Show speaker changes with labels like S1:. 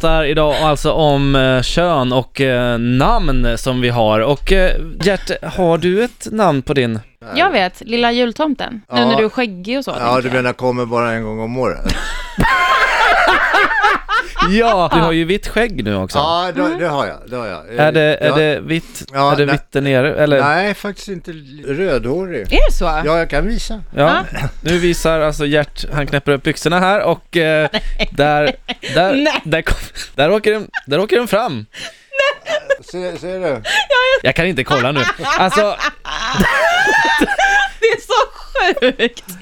S1: pratar idag alltså om eh, kön och eh, namn som vi har och eh, Gert, har du ett namn på din?
S2: Jag vet, lilla jultomten. Nu
S3: Ja.
S2: när du är skäggig och så.
S3: Ja, du
S2: tänker jag.
S3: menar kommer bara en gång om året?
S1: Ja! Du har ju vitt skägg nu också.
S3: Alltså. Ja, det, det har jag. Det har jag.
S1: Är det, är
S3: jag,
S1: det vitt,
S3: Ja,
S1: är det
S3: nej.
S1: vitt där nere eller?
S3: Nej, faktiskt inte l- rödhårig.
S2: Är det så? Ja.
S3: Ja, jag kan visa.
S1: Ja, nu visar alltså Gert, han knäpper upp byxorna här och eh, där, där,
S2: Nej.
S1: där, kom, där, åker den, där åker den fram.
S3: Ser, ser du?
S1: Jag kan inte kolla nu. Alltså,
S2: Det är så sjukt!